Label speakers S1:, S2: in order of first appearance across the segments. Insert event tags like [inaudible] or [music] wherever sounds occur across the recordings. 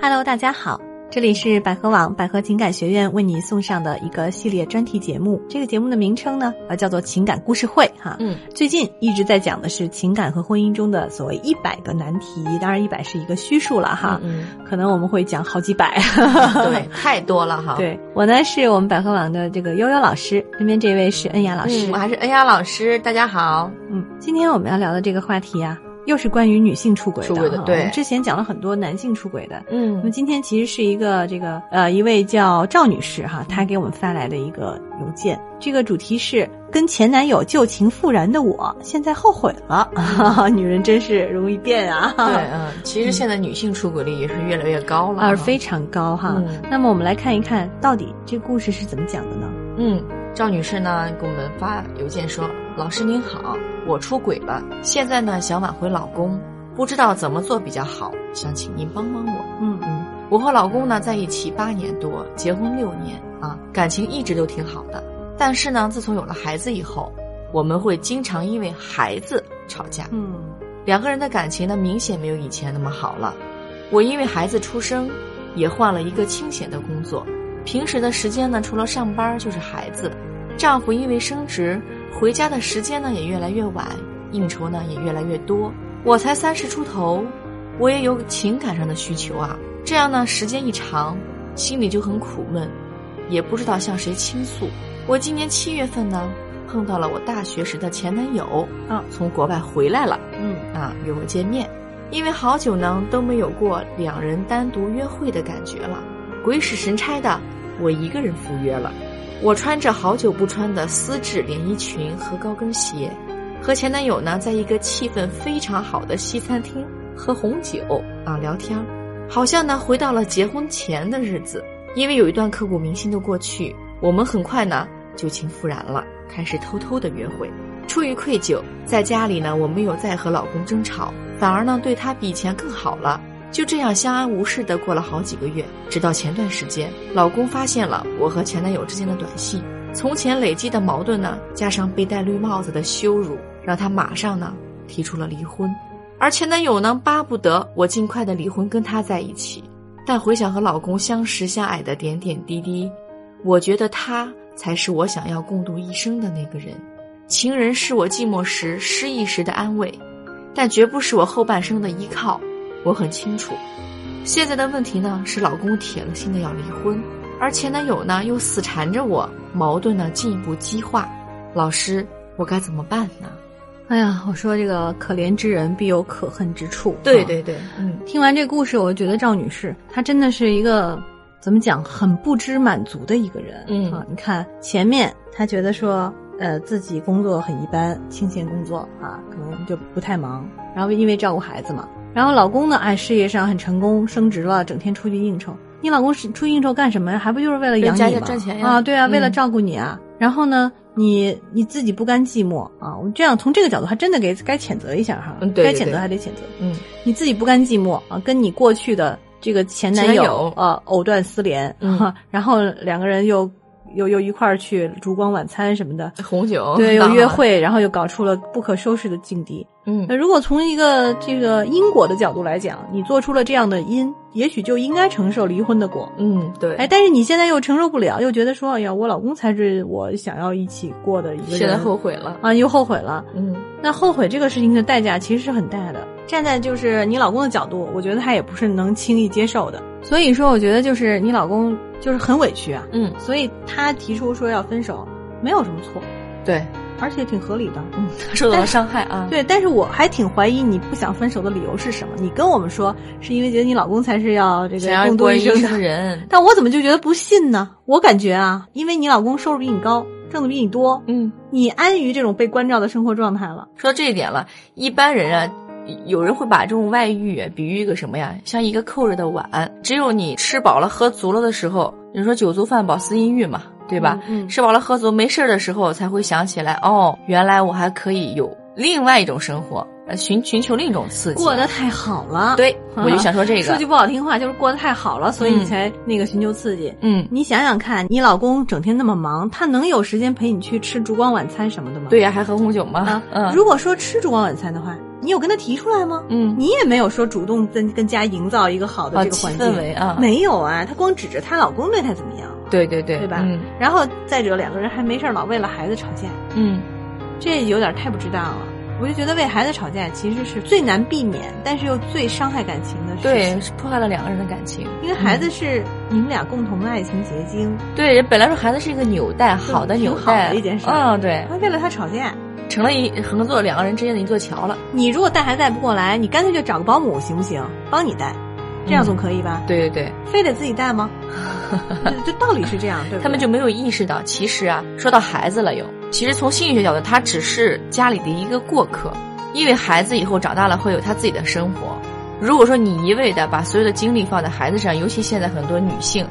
S1: Hello，大家好，这里是百合网百合情感学院为你送上的一个系列专题节目。这个节目的名称呢，呃，叫做情感故事会哈。
S2: 嗯，
S1: 最近一直在讲的是情感和婚姻中的所谓一百个难题，当然一百是一个虚数了哈，
S2: 嗯，
S1: 可能我们会讲好几
S2: [laughs]
S1: 百。
S2: 对，太多了哈。，
S1: 对我呢是我们百合网的这个悠悠老师，身边这位是恩雅老师。
S2: 嗯，我还是恩雅老师，大家好。
S1: 嗯，今天我们要聊的这个话题啊，又是关于女性出轨的
S2: 出
S1: 哈。
S2: 轨的对
S1: 我们之前讲了很多男性出轨的，那么
S2: 嗯
S1: 今天其实是一个这个呃一位叫赵女士哈，她给我们发来的一个邮件，这个主题是跟前男友旧情复燃的我，现在后悔了， [laughs] 女人真是容易变啊，
S2: 对，嗯，其实现在女性出轨率也是越来越高了哈，
S1: 而非常高哈。
S2: 嗯
S1: 那么我们来看一看到底这故事是怎么讲的呢？
S2: 嗯。赵女士呢给我们发邮件说：“老师您好，我出轨了，现在呢想挽回老公，不知道怎么做比较好，想请您帮帮我。
S1: 嗯
S2: 嗯，我和老公呢在一起八年多，结婚六年啊，感情一直都挺好的。但是呢，自从有了孩子以后，我们会经常因为孩子吵架。
S1: 嗯
S2: 两个人的感情呢，明显没有以前那么好了。我因为孩子出生，也换了一个清闲的工作，平时的时间呢，除了上班就是孩子。丈夫因为升职，回家的时间呢也越来越晚，应酬呢也越来越多。我才三十出头，我也有情感上的需求啊。这样呢，时间一长，心里就很苦闷，也不知道向谁倾诉。我今年七月份呢，碰到了我大学时的前男友
S1: 啊
S2: 从国外回来了。
S1: 嗯
S2: 啊约我见面，因为好久呢都没有过两人单独约会的感觉了。鬼使神差的，我一个人赴约了。我穿着好久不穿的丝质连衣裙和高跟鞋，和前男友呢在一个气氛非常好的西餐厅喝红酒啊聊天儿，好像呢回到了结婚前的日子。因为有一段刻骨铭心的过去，我们很快呢旧情复燃了，开始偷偷的约会。出于愧疚，在家里呢，我没有再和老公争吵，反而呢对他比以前更好了。就这样相安无事的过了好几个月，直到前段时间，老公发现了我和前男友之间的短信，从前累积的矛盾呢，加上被戴绿帽子的羞辱，让他马上呢提出了离婚。而前男友呢，巴不得我尽快的离婚跟他在一起，但回想和老公相识相爱的点点滴滴，我觉得他才是我想要共度一生的那个人。情人是我寂寞时、失意时的安慰，但绝不是我后半生的依靠。我很清楚，现在的问题呢是老公铁了心的要离婚，而前男友呢又死缠着我，矛盾呢进一步激化。老师，我该怎么办呢？
S1: 哎呀，我说这个可怜之人必有可恨之处。啊
S2: 对，嗯
S1: 听完这故事，我觉得赵女士她真的是一个怎么讲，很不知满足的一个人。
S2: 嗯
S1: 啊，你看前面她觉得说，呃，自己工作很一般，清闲工作啊，可能就不太忙。然后因为照顾孩子嘛，然后老公呢，哎，事业上很成功，升职了，整天出去应酬。你老公是出去应酬干什么呀？还不就是为了养
S2: 为家
S1: 你
S2: 家
S1: 吗？
S2: 赚钱呀
S1: 啊，对啊，为了
S2: 嗯
S1: 照顾你啊。然后呢，你你自己不甘寂寞啊，我这样从这个角度，还真的给该谴责一下哈，
S2: 嗯对对
S1: 该谴责
S2: 对
S1: 还得谴责。
S2: 嗯，
S1: 你自己不甘寂寞啊，跟你过去的这个前男
S2: 前
S1: 友
S2: 男友
S1: 呃藕断丝连、
S2: 嗯
S1: 哈然后两个人又又又一块儿去烛光晚餐什么的，
S2: 红酒
S1: 对，又约，会，然后又搞出了不可收拾的境地。
S2: 嗯
S1: 那如果从一个这个因果的角度来讲，你做出了这样的因，也许就应该承受离婚的果。
S2: 嗯，对，
S1: 哎，，但是你现在又承受不了，又觉得说，哎呀，我老公才是我想要一起过的一个人，
S2: 现在后悔了，
S1: 啊，又后悔了。
S2: 嗯
S1: 那后悔这个事情的代价其实是很大的。站在就是你老公的角度，我觉得他也不是能轻易接受的。所以说，我觉得就是你老公就是很委屈啊，
S2: 嗯，
S1: 所以他提出说要分手，没有什么错，
S2: 对，
S1: 而且挺合理的。
S2: 嗯，受到了伤害啊，
S1: 对，但是我还挺怀疑你不想分手的理由是什么。你跟我们说是因为觉得你老公才是要这
S2: 想
S1: 个
S2: 要
S1: 共度
S2: 过一
S1: 一生
S2: 生
S1: 的
S2: 的，人，
S1: 但我怎么就觉得不信呢？我感觉啊，因为你老公收入比你高，挣的比你多，
S2: 嗯。
S1: 你安于这种被关照的生活状态了。
S2: 说到这一点了，一般人啊，有人会把这种外遇啊比喻一个什么呀？像一个扣着的碗，只有你吃饱了喝足了的时候，你说酒足饭饱思淫欲嘛，对吧？
S1: 嗯嗯
S2: 吃饱了喝足没事儿的时候，才会想起来，哦，原来我还可以有另外一种生活，呃寻寻求另一种刺激。
S1: 过得太好了，
S2: 对，我就想说这
S1: [laughs] 说
S2: 个
S1: 句，不好听话，就是过得太好了，所以你
S2: 嗯
S1: 才那个寻求刺激。
S2: 嗯，
S1: 你想想看，你老公整天那么忙，他能有时间陪你去吃烛光晚餐什么的吗？
S2: 对呀、还喝红酒嘛，
S1: 啊，
S2: 嗯，
S1: 如果说吃烛光晚餐的话，你有跟他提出来吗？
S2: 嗯，
S1: 你也没有说主动跟跟家营造一个好的
S2: 好
S1: 这个
S2: 气
S1: 环
S2: 氛
S1: 境，
S2: 围啊，
S1: 没有啊，她光指着她老公对她怎么样，
S2: 对对对，
S1: 对吧
S2: 嗯
S1: 然后再者两个人还没事儿老为了孩子吵架，
S2: 嗯
S1: 这有点太不值当了。我就觉得为孩子吵架其实是最难避免，但是又最伤害感情的事情
S2: 对，，是破坏了两个人的感情，
S1: 因为孩子是你们俩共同的爱情结晶，
S2: 嗯对本来说孩子是一个纽带，好的
S1: 挺
S2: 纽
S1: 好
S2: 带，
S1: 的一件事
S2: 嗯，对，
S1: 还为了他吵架。
S2: 成了一合作两个人之间的一座桥了，
S1: 你如果带孩子带不过来，你干脆就找个保姆行不行？帮你带，这样总可以吧？
S2: 对对对，
S1: 嗯非得自己 [laughs] 带吗？就就道理是这样，对不对？
S2: 他们就没有意识到，其实啊，说到孩子了又，其实从心理学角度，他只是家里的一个过客，因为孩子以后长大了会有他自己的生活。如果说你一味的把所有的精力放在孩子上，尤其现在很多女性，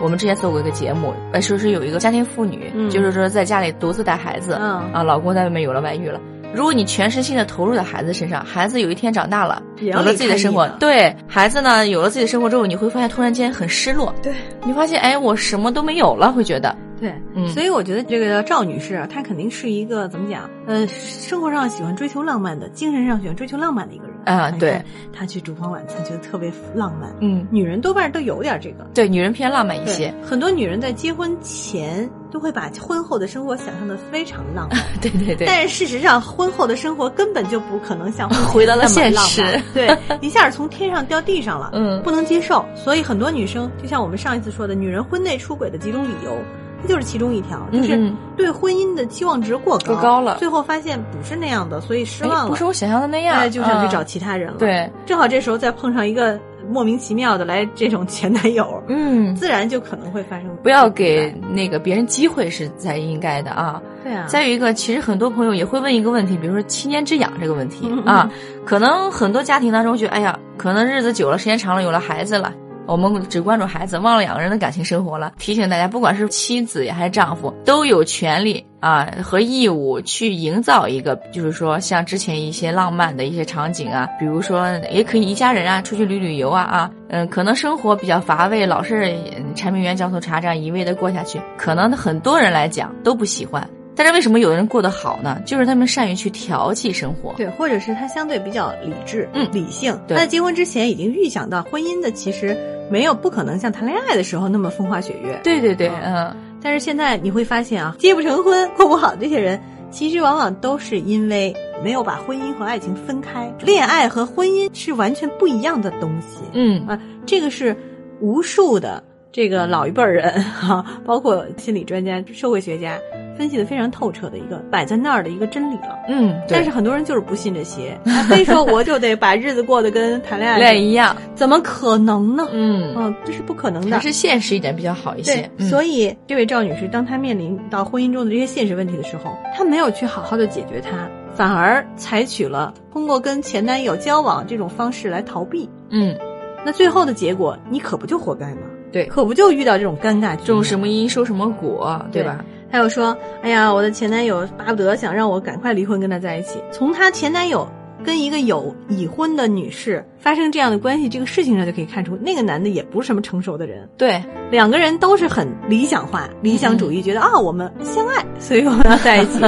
S2: 我们之前做过一个节目，呃，说是有一个家庭妇女，
S1: 嗯
S2: 就是说在家里独自带孩子，
S1: 嗯
S2: 啊，老公在外面有了外遇了。如果你全身心的投入在孩子身上，孩子有一天长大了，
S1: 也
S2: 有
S1: 要
S2: 了自己的生活
S1: 离开，你啊
S2: 对孩子呢，有了自己的生活之后，你会发现突然间很失落，
S1: 对
S2: 你发现哎，我什么都没有了，会觉得，
S1: 对，
S2: 嗯，
S1: 所以我觉得这个赵女士啊，她肯定是一个怎么讲？呃，生活上喜欢追求浪漫的，精神上喜欢追求浪漫的一个人
S2: 啊
S1: 你看
S2: 对，
S1: 她去烛光晚餐觉得特别浪漫。
S2: 嗯，
S1: 女人多半都有点这个。
S2: 对，女人偏浪漫一
S1: 对
S2: 些，
S1: 很多女人在结婚前都会把婚后的生活想象的非常浪漫，
S2: 对对 [laughs] 对，
S1: 但是事实上，婚后的生活根本就不可能像婚前
S2: [laughs] 回到了
S1: 那么
S2: 现
S1: 浪
S2: 实
S1: 漫对， [laughs] 一下从天上掉地上
S2: [laughs]
S1: 了，
S2: 嗯
S1: 不能接受。所以很多女生，就像我们上一次说的，女人婚内出轨的几种理由，这就是其中一条，就
S2: 嗯
S1: 是
S2: 嗯
S1: 对婚姻的期望值过高，
S2: 过高了
S1: 最后发现不是那样的，所以失
S2: 哎
S1: 望
S2: 不
S1: 了
S2: 是，我想象的那样，
S1: 哎就想去找
S2: 嗯
S1: 其他人了。，
S2: 对，
S1: 正好这时候再碰上一个莫名其妙的来这种前男友，
S2: 嗯，
S1: 自然就可能会发生。
S2: 不要给那个别人机会是才应该的啊。
S1: 对啊，
S2: 再有一个，其实很多朋友也会问一个问题，比如说七年之痒这个问题
S1: 嗯嗯
S2: 啊，可能很多家庭当中觉得，哎呀，可能日子久了，时间长了，有了孩子了。我们只关注孩子，忘了两个人的感情生活了。提醒大家，不管是妻子呀还是丈夫，都有权利啊和义务去营造一个，就是说像之前一些浪漫的一些场景啊，比如说也可以一家人啊出去旅旅游啊啊，嗯，可能生活比较乏味，老是嗯柴米油盐酱醋茶这样一味的过下去，可能很多人来讲都不喜欢。但是为什么有的人过得好呢？就是他们善于去调剂生活。
S1: 对，或者是他相对比较理智、
S2: 嗯
S1: 理性。
S2: 对
S1: 他在结婚之前已经预想到婚姻的其实没有不可能像谈恋爱的时候那么风花雪月。，
S2: 对对对，
S1: 嗯
S2: 嗯。
S1: 但是现在你会发现啊，结不成婚、过不好这些人，其实往往都是因为没有把婚姻和爱情分开，恋爱和婚姻是完全不一样的东西。
S2: 嗯
S1: 啊，这个是无数的这个老一辈儿人哈、包括心理专家、社会学家分析的非常透彻的一个摆在那儿的一个真理了。
S2: 嗯，对
S1: 但是很多人就是不信这邪，他非说我就得把日子过得跟谈恋爱
S2: 对
S1: 一样，
S2: 一样，
S1: 怎么可能呢？
S2: 嗯，
S1: 嗯，这是不可能
S2: 还
S1: 的。
S2: 是现实一点比较好一
S1: 对
S2: 些。，嗯
S1: 所以这位赵女士，当她面临到婚姻中的这些现实问题的时候，她没有去好好的解决它，反而采取了通过跟前男友交往这种方式来逃避。
S2: 嗯，
S1: 那最后的结果，你可不就活该吗？
S2: 对
S1: 可不就遇到这种尴尬局面
S2: 种什么因收什么果，对吧？
S1: 还有说，哎呀，我的前男友巴不得想让我赶快离婚跟他在一起。从她前男友跟一个有已婚的女士发生这样的关系这个事情上就可以看出，那个男的也不是什么成熟的人，
S2: 对，
S1: 两个人都是很理想化、理想主
S2: 嗯
S1: 义，觉得啊，我们相爱，所以我们要在一
S2: [laughs]
S1: 起。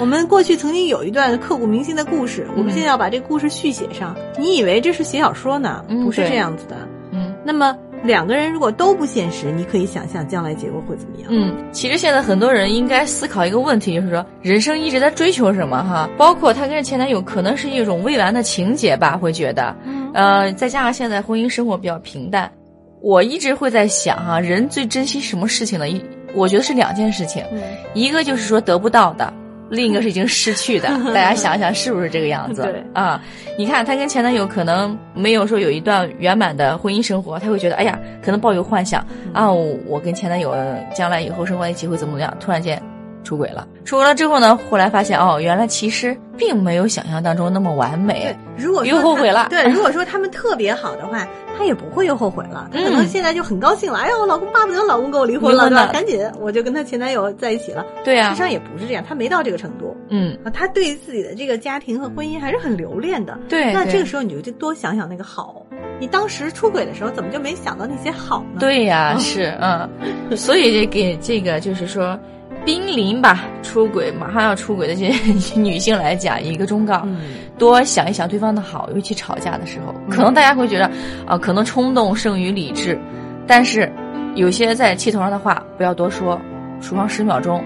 S1: 我们过去曾经有一段刻骨铭心的故事，我们
S2: 嗯
S1: 现在要把这故事续写上。你以为这是写小说呢？
S2: 嗯
S1: 不是
S2: 对
S1: 这样子的。
S2: 嗯
S1: 那么两个人如果都不现实，你可以想象将来结果会怎么样。
S2: 嗯。其实现在很多人应该思考一个问题，就是说人生一直在追求什么哈？包括她跟前男友可能是一种未完的情节吧，会觉得，
S1: 嗯
S2: 呃，再加上现在婚姻生活比较平淡，我一直会在想哈、人最珍惜什么事情呢？一，我觉得是两件事情，
S1: 呃
S2: 一个就是说得不到的，另一个是已经失
S1: [laughs]
S2: 去的。大家想一想是不是这个样子？
S1: 对
S2: 啊，你看她跟前男友可能没有说有一段圆满的婚姻生活，她会觉得哎呀，可能抱有幻想
S1: 嗯
S2: 啊，我我跟前男友呃将来以后生活在一起会怎么怎么样？突然间。出轨了，出轨了之后呢？后来发现哦，原来其实并没有想象当中那么完美
S1: 对。，如果说
S2: 嗯又后悔了
S1: 他对，如果说他们特别好的话，他也不会又后悔了。他可能
S2: 嗯
S1: 现在就很高兴了。哎呀，我老公巴不得老公跟我离婚了，
S2: 离
S1: 对
S2: 婚
S1: 吧？
S2: 了
S1: 赶紧我就跟他前男友在一起了。
S2: 对
S1: 事实
S2: 啊，
S1: 上也不是这样，他没到这个程度
S2: 嗯，
S1: 啊。他对自己的这个家庭和婚姻还是很留恋的。
S2: 对。
S1: 那
S2: 对
S1: 这个时候你就多想想那个好。你当时出轨的时候，怎么就嗯没想到那些好呢？，
S2: 对呀、
S1: 嗯
S2: 是嗯，所以这给这个就是说，濒临吧出轨马上要出轨的这些 [laughs] 女性来讲，一个忠告，
S1: 嗯，
S2: 多想一想对方的好，尤其吵架的时候，可能大家会觉得啊、可能冲动胜于理智，但是有些在气头上的话不要多说，数上十秒钟，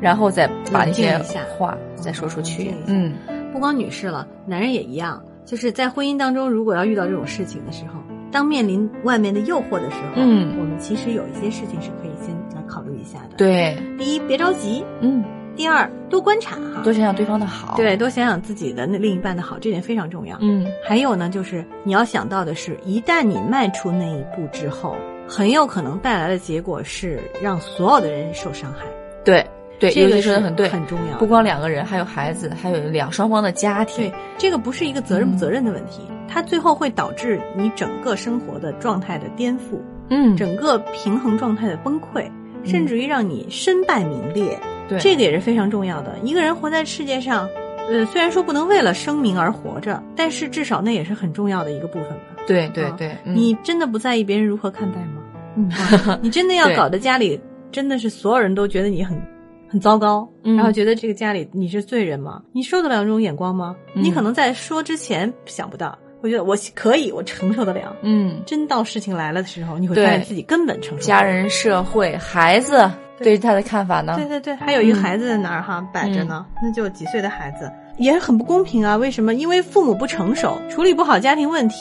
S2: 然后再把那些
S1: 冷静一下
S2: 话再说出去
S1: 冷。静
S2: 嗯，
S1: 不光女士了，男人也一样。就是在婚姻当中，如果要遇到这种事情的时候，当面临外面的诱惑的时候，
S2: 嗯
S1: 我们其实有一些事情是可以先来考虑一下的。，
S2: 对，
S1: 第一，别着急；
S2: 嗯，
S1: 第二，多观察哈，
S2: 多想想对方的好。，
S1: 对，多想想自己的那另一半的好，这点非常重要。
S2: 嗯，
S1: 还有呢，就是你要想到的是，一旦你迈出那一步之后，很有可能带来的结果是让所有的人受伤害。
S2: 对对，
S1: 这
S2: 尤
S1: 个
S2: 其说的
S1: 是
S2: 很对，
S1: 很重要。
S2: 不光两个人，还有孩子，还有两双方的家庭
S1: 对。这个不是一个责任不
S2: 嗯
S1: 责任的问题，它最后会导致你整个生活的状态的颠覆，
S2: 嗯，
S1: 整个平衡状态的崩溃，甚至于让你身败名裂。
S2: 对
S1: 这个也是非常重要的。一个人活在世界上，呃，虽然说不能为了声名而活着，但是至少那也是很重要的一个部分吧。
S2: 对对
S1: 啊
S2: 对，嗯
S1: 你真的不在意别人如何看待吗？
S2: 嗯
S1: 啊你真的要
S2: [laughs] 对
S1: 搞得家里真的是所有人都觉得你很很糟糕，
S2: 嗯
S1: 然后觉得这个家里你是罪人吗？你受得了这种眼光吗？
S2: 嗯
S1: 你可能在说之前想不到，我觉得我可以，我承受得了。
S2: 嗯，
S1: 真到事情来了的时候，你会
S2: 对
S1: 发现自己根本承受不了
S2: 家。人、社会、孩子对于他的看法呢
S1: 对？对对，还有一个孩子在那儿
S2: 嗯
S1: 哈、摆着呢，那就几岁的孩子也很不公平啊！为什么？因为父母不成熟，处理不好家庭问题，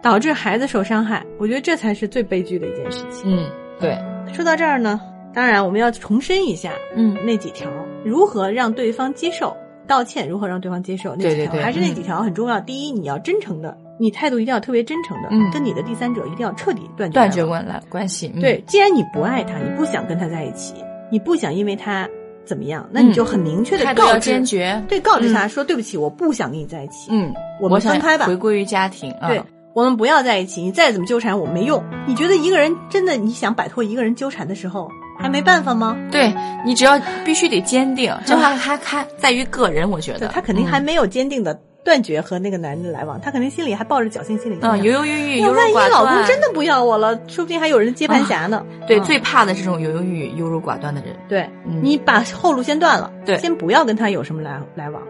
S1: 导致孩子受伤害。我觉得这才是最悲剧的一件事情。
S2: 嗯，对，
S1: 说到这儿呢，当然我们要重申一下，
S2: 嗯
S1: 那几条，如何让对方接受道歉，如何让对方接受那几条，
S2: 对对嗯对
S1: 还是那几条很重要。第一，你要真诚的，你态度一定要特别真诚的，
S2: 嗯
S1: 跟你的第三者一定要彻底断绝
S2: 断绝
S1: 来往。
S2: 关来关系。嗯
S1: 对，，既然你不爱他，你不想跟他在一起，你不想因为他怎么样，那你就很明确的
S2: 嗯态度
S1: 告
S2: 要
S1: 知，
S2: 坚决。
S1: 对，告知他说、对不起，我不想跟你在一起，
S2: 嗯，
S1: 我
S2: 我
S1: 们
S2: 想
S1: 分开吧
S2: 回。归于家庭啊。
S1: 对，我们不要在一起，你再怎么纠缠我没用。你觉得一个人真的你想摆脱一个人纠缠的时候，还没办法吗？
S2: 对你只要必须得坚定，这
S1: [laughs]
S2: 还还还在于个人，我觉
S1: 对
S2: 得
S1: 他肯定还
S2: 嗯
S1: 没有坚定的断绝和那个男的来往，他肯定心里还抱着侥幸心理。
S2: 嗯犹犹豫豫、
S1: 那
S2: 优柔
S1: 万一
S2: 寡
S1: 老公
S2: 断。啊
S1: 真的不要我了，说不定还有人接盘侠呢。
S2: 对
S1: 嗯
S2: 最怕的这种犹犹豫豫、优柔寡断的人。
S1: 对，
S2: 嗯
S1: 你把后路先断了，
S2: 对
S1: 先不要跟他有什么来来往。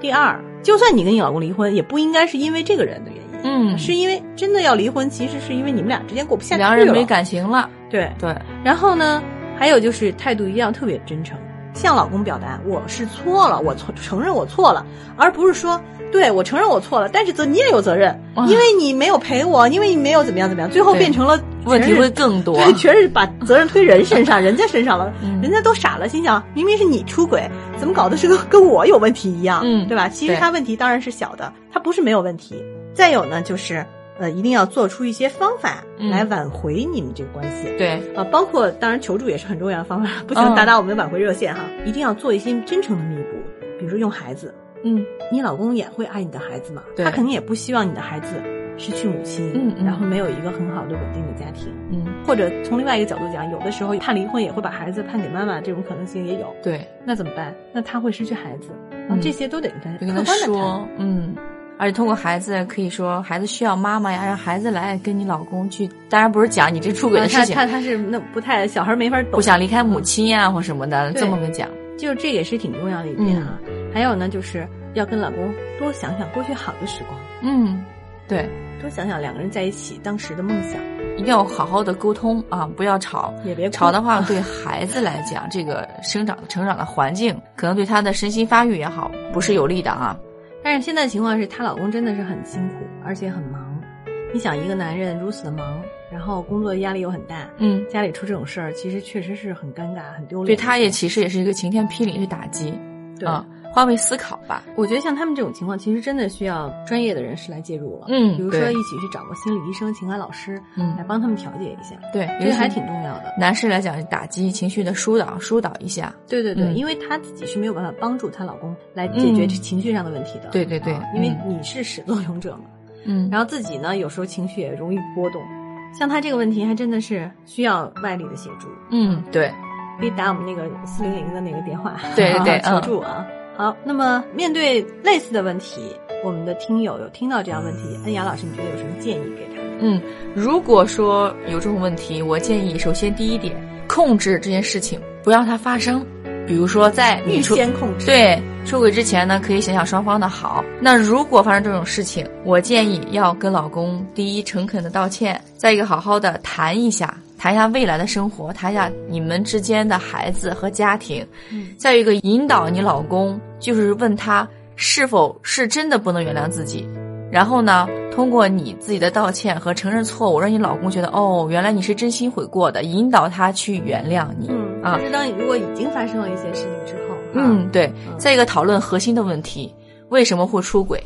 S1: 第二，就算你跟你老公离婚，也不应该是因为这个人的原因，
S2: 嗯，
S1: 是因为真的要离婚，其实是因为你们俩之间过不下去了。
S2: 两人没感情了。
S1: 对，
S2: 对，
S1: 然后呢，还有就是态度一定要特别真诚，向老公表达我是错了，我错承认我错了，而不是说对我承认我错了，但是责你也有责任，
S2: 哇
S1: 因为你没有陪我，因为你没有怎么样怎么样，最后
S2: 对
S1: 变成了
S2: 问
S1: 全
S2: 题
S1: 是
S2: 会更多。
S1: 对，全是把责任推人身
S2: [laughs]
S1: 上，人家身上了，
S2: 嗯
S1: 人家都傻了，心想明明是你出轨，怎么搞的是跟跟我有问题一样，
S2: 嗯
S1: 对吧？其实
S2: 对
S1: 他问题当然是小的，他不是没有问题。再有呢，就是呃，一定要做出一些方法
S2: 嗯
S1: 来挽回你们这个关系。
S2: 对，
S1: 啊，包括当然求助也是很重要的方法，不行
S2: 嗯
S1: 打打我们的挽回热线哈，一定要做一些真诚的弥补，比如说用孩子，
S2: 嗯，
S1: 你老公也会爱你的孩子嘛，
S2: 对
S1: 他肯定也不希望你的孩子失去母亲，
S2: 嗯嗯
S1: 然后没有一个很好的稳定的家庭，
S2: 嗯，
S1: 或者从另外一个角度讲，有的时候判离婚也会把孩子判给妈妈，这种可能性也有，
S2: 对，
S1: 那怎么办？那他会失去孩子，啊，
S2: 嗯
S1: 这些都得跟他
S2: 就
S1: 客
S2: 跟
S1: 观
S2: 他
S1: 的谈，
S2: 说，嗯，而且通过孩子可以说，孩子需要妈妈呀，让孩子来跟你老公去，当然不是讲你这出轨
S1: 啊
S2: 的
S1: 他
S2: 事情，
S1: 他他是那不太小孩没法懂，
S2: 不想离开母亲呀、或什么的，
S1: 对
S2: 这么个讲，
S1: 就这也是挺重要的一点啊。
S2: 嗯
S1: 还有呢，就是要跟老公多想想过去好的时光，
S2: 嗯，对，
S1: 多想想两个人在一起当时的梦想，
S2: 一定要好好的沟通啊，不要吵。
S1: 也别哭
S2: 吵的话，对孩子来讲，这个生长成长的环境，可能对他的身心发育也好，不是有利的啊。
S1: 但是现在情况是，她老公真的是很辛苦，而且很忙。你想，一个男人如此的忙，然后工作压力又很大，
S2: 嗯，
S1: 家里出这种事儿，其实确实是很尴尬、很丢脸。
S2: 对他也其实也是一个晴天霹雳的打击
S1: 嗯对、
S2: 啊，换位思考吧。
S1: 我觉得像他们这种情况，其实真的需要专业的人士来介入了。
S2: 嗯
S1: 比如说
S2: 对
S1: 一起去找个心理医生、情感老师
S2: 嗯
S1: 来，帮他们调节一下，
S2: 对，
S1: 这个还挺重要的。
S2: 男士来讲，打击情绪的疏导，疏导一下。
S1: 对对对，
S2: 嗯
S1: 因为她自己是没有办法帮助她老公来解决这
S2: 嗯
S1: 情绪上的问题的。
S2: 对对对
S1: 啊因为
S2: 嗯
S1: 你是始作俑者嘛。
S2: 嗯然
S1: 然后自己呢，有时候情绪也容易波动。像她这个问题，还真的是需要外力的协助，
S2: 后嗯，对，
S1: 可以打我们那个四零零的那个电话，
S2: [laughs] 对对对
S1: [laughs] 求
S2: 嗯
S1: 助啊。好，那么面对类似的问题，我们的听友有听到这样问题，恩雅老师，你觉得有什么建议给他们？
S2: 嗯，如果说有这种问题，我建议首先第一点，控制这件事情，不要它发生。比如说在你
S1: 预
S2: 出
S1: 先控制，
S2: 对出轨之前呢，可以想想双方的好。那如果发生这种事情，我建议要跟老公第一诚恳的道歉，再一个好好的谈一下，谈一下未来的生活，谈一下你们之间的孩子和家庭。
S1: 嗯
S2: 再有一个引导你老公，就是问他是否是真的不能原谅自己。然后呢，通过你自己的道歉和承认错误，让你老公觉得哦，原来你是真心悔过的，引导他去原谅你。
S1: 嗯
S2: 啊
S1: 就是当如果已经发生了一些事情之后，啊，
S2: 嗯，对。
S1: 嗯
S2: 再一个，讨论核心的问题，为什么会出轨？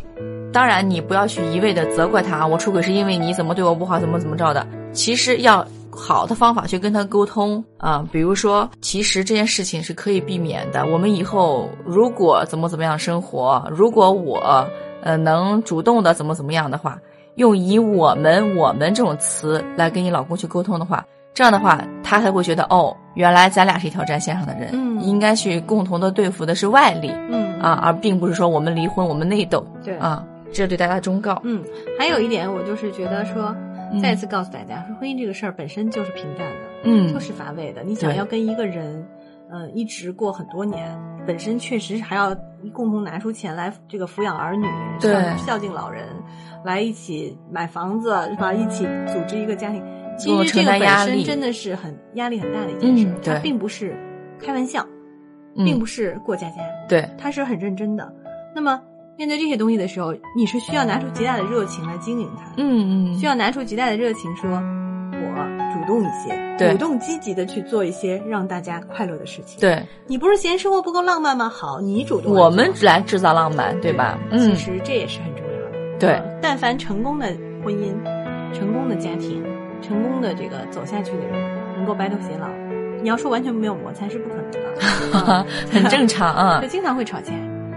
S2: 当然，你不要去一味的责怪他，我出轨是因为你怎么对我不好，怎么怎么着的。其实要好的方法去跟他沟通啊、比如说，其实这件事情是可以避免的。我们以后如果怎么怎么样生活，如果我呃能主动的怎么怎么样的话，用以我们我们这种词来跟你老公去沟通的话，这样的话他才会觉得哦，原来咱俩是一条战线上的人，
S1: 嗯
S2: 应该去共同的对付的是外力。
S1: 嗯
S2: 啊，，而并不是说我们离婚，我们内斗
S1: 对，
S2: 啊。这对大家忠告，
S1: 嗯，还有一点，我就是觉得说，再次告诉大家，说婚姻这个事儿本身就是平淡的，
S2: 嗯
S1: 就是乏味的。你想
S2: 对
S1: 要跟一个人，呃，一直过很多年，本身确实还要共同拿出钱来这个抚养儿女，
S2: 对
S1: 孝孝敬老人，来一起买房子是吧？一起组织一个家庭，其
S2: 做
S1: 实这
S2: 承
S1: 个
S2: 担
S1: 本
S2: 压
S1: 身
S2: 力
S1: 真的是很压力很大的一件事，
S2: 嗯
S1: 它
S2: 对
S1: 并不是开玩笑，
S2: 嗯
S1: 并不是过家家。
S2: 对，
S1: 他是很认真的。那么面对这些东西的时候，你是需要拿出极大的热情来经营它，
S2: 嗯
S1: 需要拿出极大的热情说，我主动一些，
S2: 对
S1: 主动积极的去做一些让大家快乐的事情。，
S2: 对，
S1: 你不是嫌生活不够浪漫吗？好，你主动来做，
S2: 我们来制造浪漫，对吧？
S1: 其
S2: 嗯，
S1: 实嗯这也是很重要的。
S2: 对，
S1: 但凡成功的婚姻、成功的家庭、成功的这个走下去的人，能够白头偕老，你要说完全没有摩擦是不可
S2: [laughs]
S1: 能的。啊 [laughs]
S2: 很正常啊
S1: 就。经常会吵架，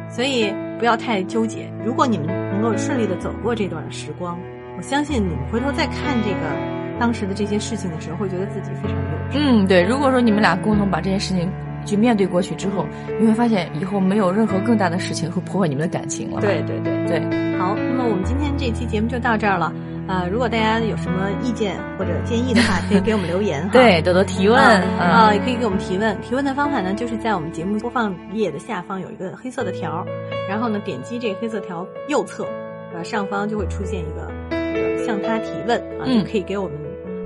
S1: 所以不要太纠结。如果你们能够顺利的走过这段时光，我相信你们回头再看这个当时的这些事情的时候，会觉得自己非常幼稚。
S2: 嗯，对。如果说你们俩共同把这件事情去面对过去之后，你会发现以后没有任何更大的事情会破坏你们的感情了。
S1: 对对对，
S2: 对，
S1: 好，那么我们今天这期节目就到这儿了。呃，如果大家有什么意见或者建议的话，可以给我们留言哈。
S2: 对，多多提问
S1: 啊、
S2: 啊。
S1: 也可以给我们提问。提问的方法呢，就是在我们节目播放页的下方有一个黑色的条，然后呢，点击这个黑色条右侧，呃，上方就会出现一个呃向他提问啊，
S2: 嗯哎
S1: 就可以给我们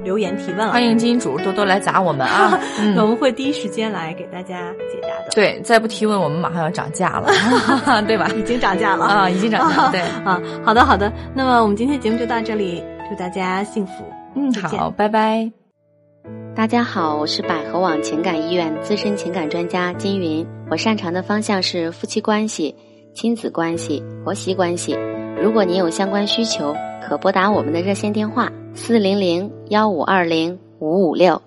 S1: 留言提问了。
S2: 欢迎金主多多来砸我们
S1: [laughs]
S2: 啊！
S1: 我
S2: 嗯，
S1: 们会第一时间来给大家解答的。，
S2: 对，再不提问，我们马上要涨价了，
S1: [laughs]
S2: 对吧？
S1: 已经涨价了
S2: 啊，已经涨价了，对。
S1: 啊！ [laughs] 好的，好的。那么我们今天节目就到这里，祝大家幸福。
S2: 嗯，
S1: 再见
S2: 好，拜拜。
S3: 大家好，我是百合网情感医院资深情感专家金云。我擅长的方向是夫妻关系、亲子关系、婆媳关系。如果您有相关需求，可拨打我们的热线电话四零零幺五二零五五六。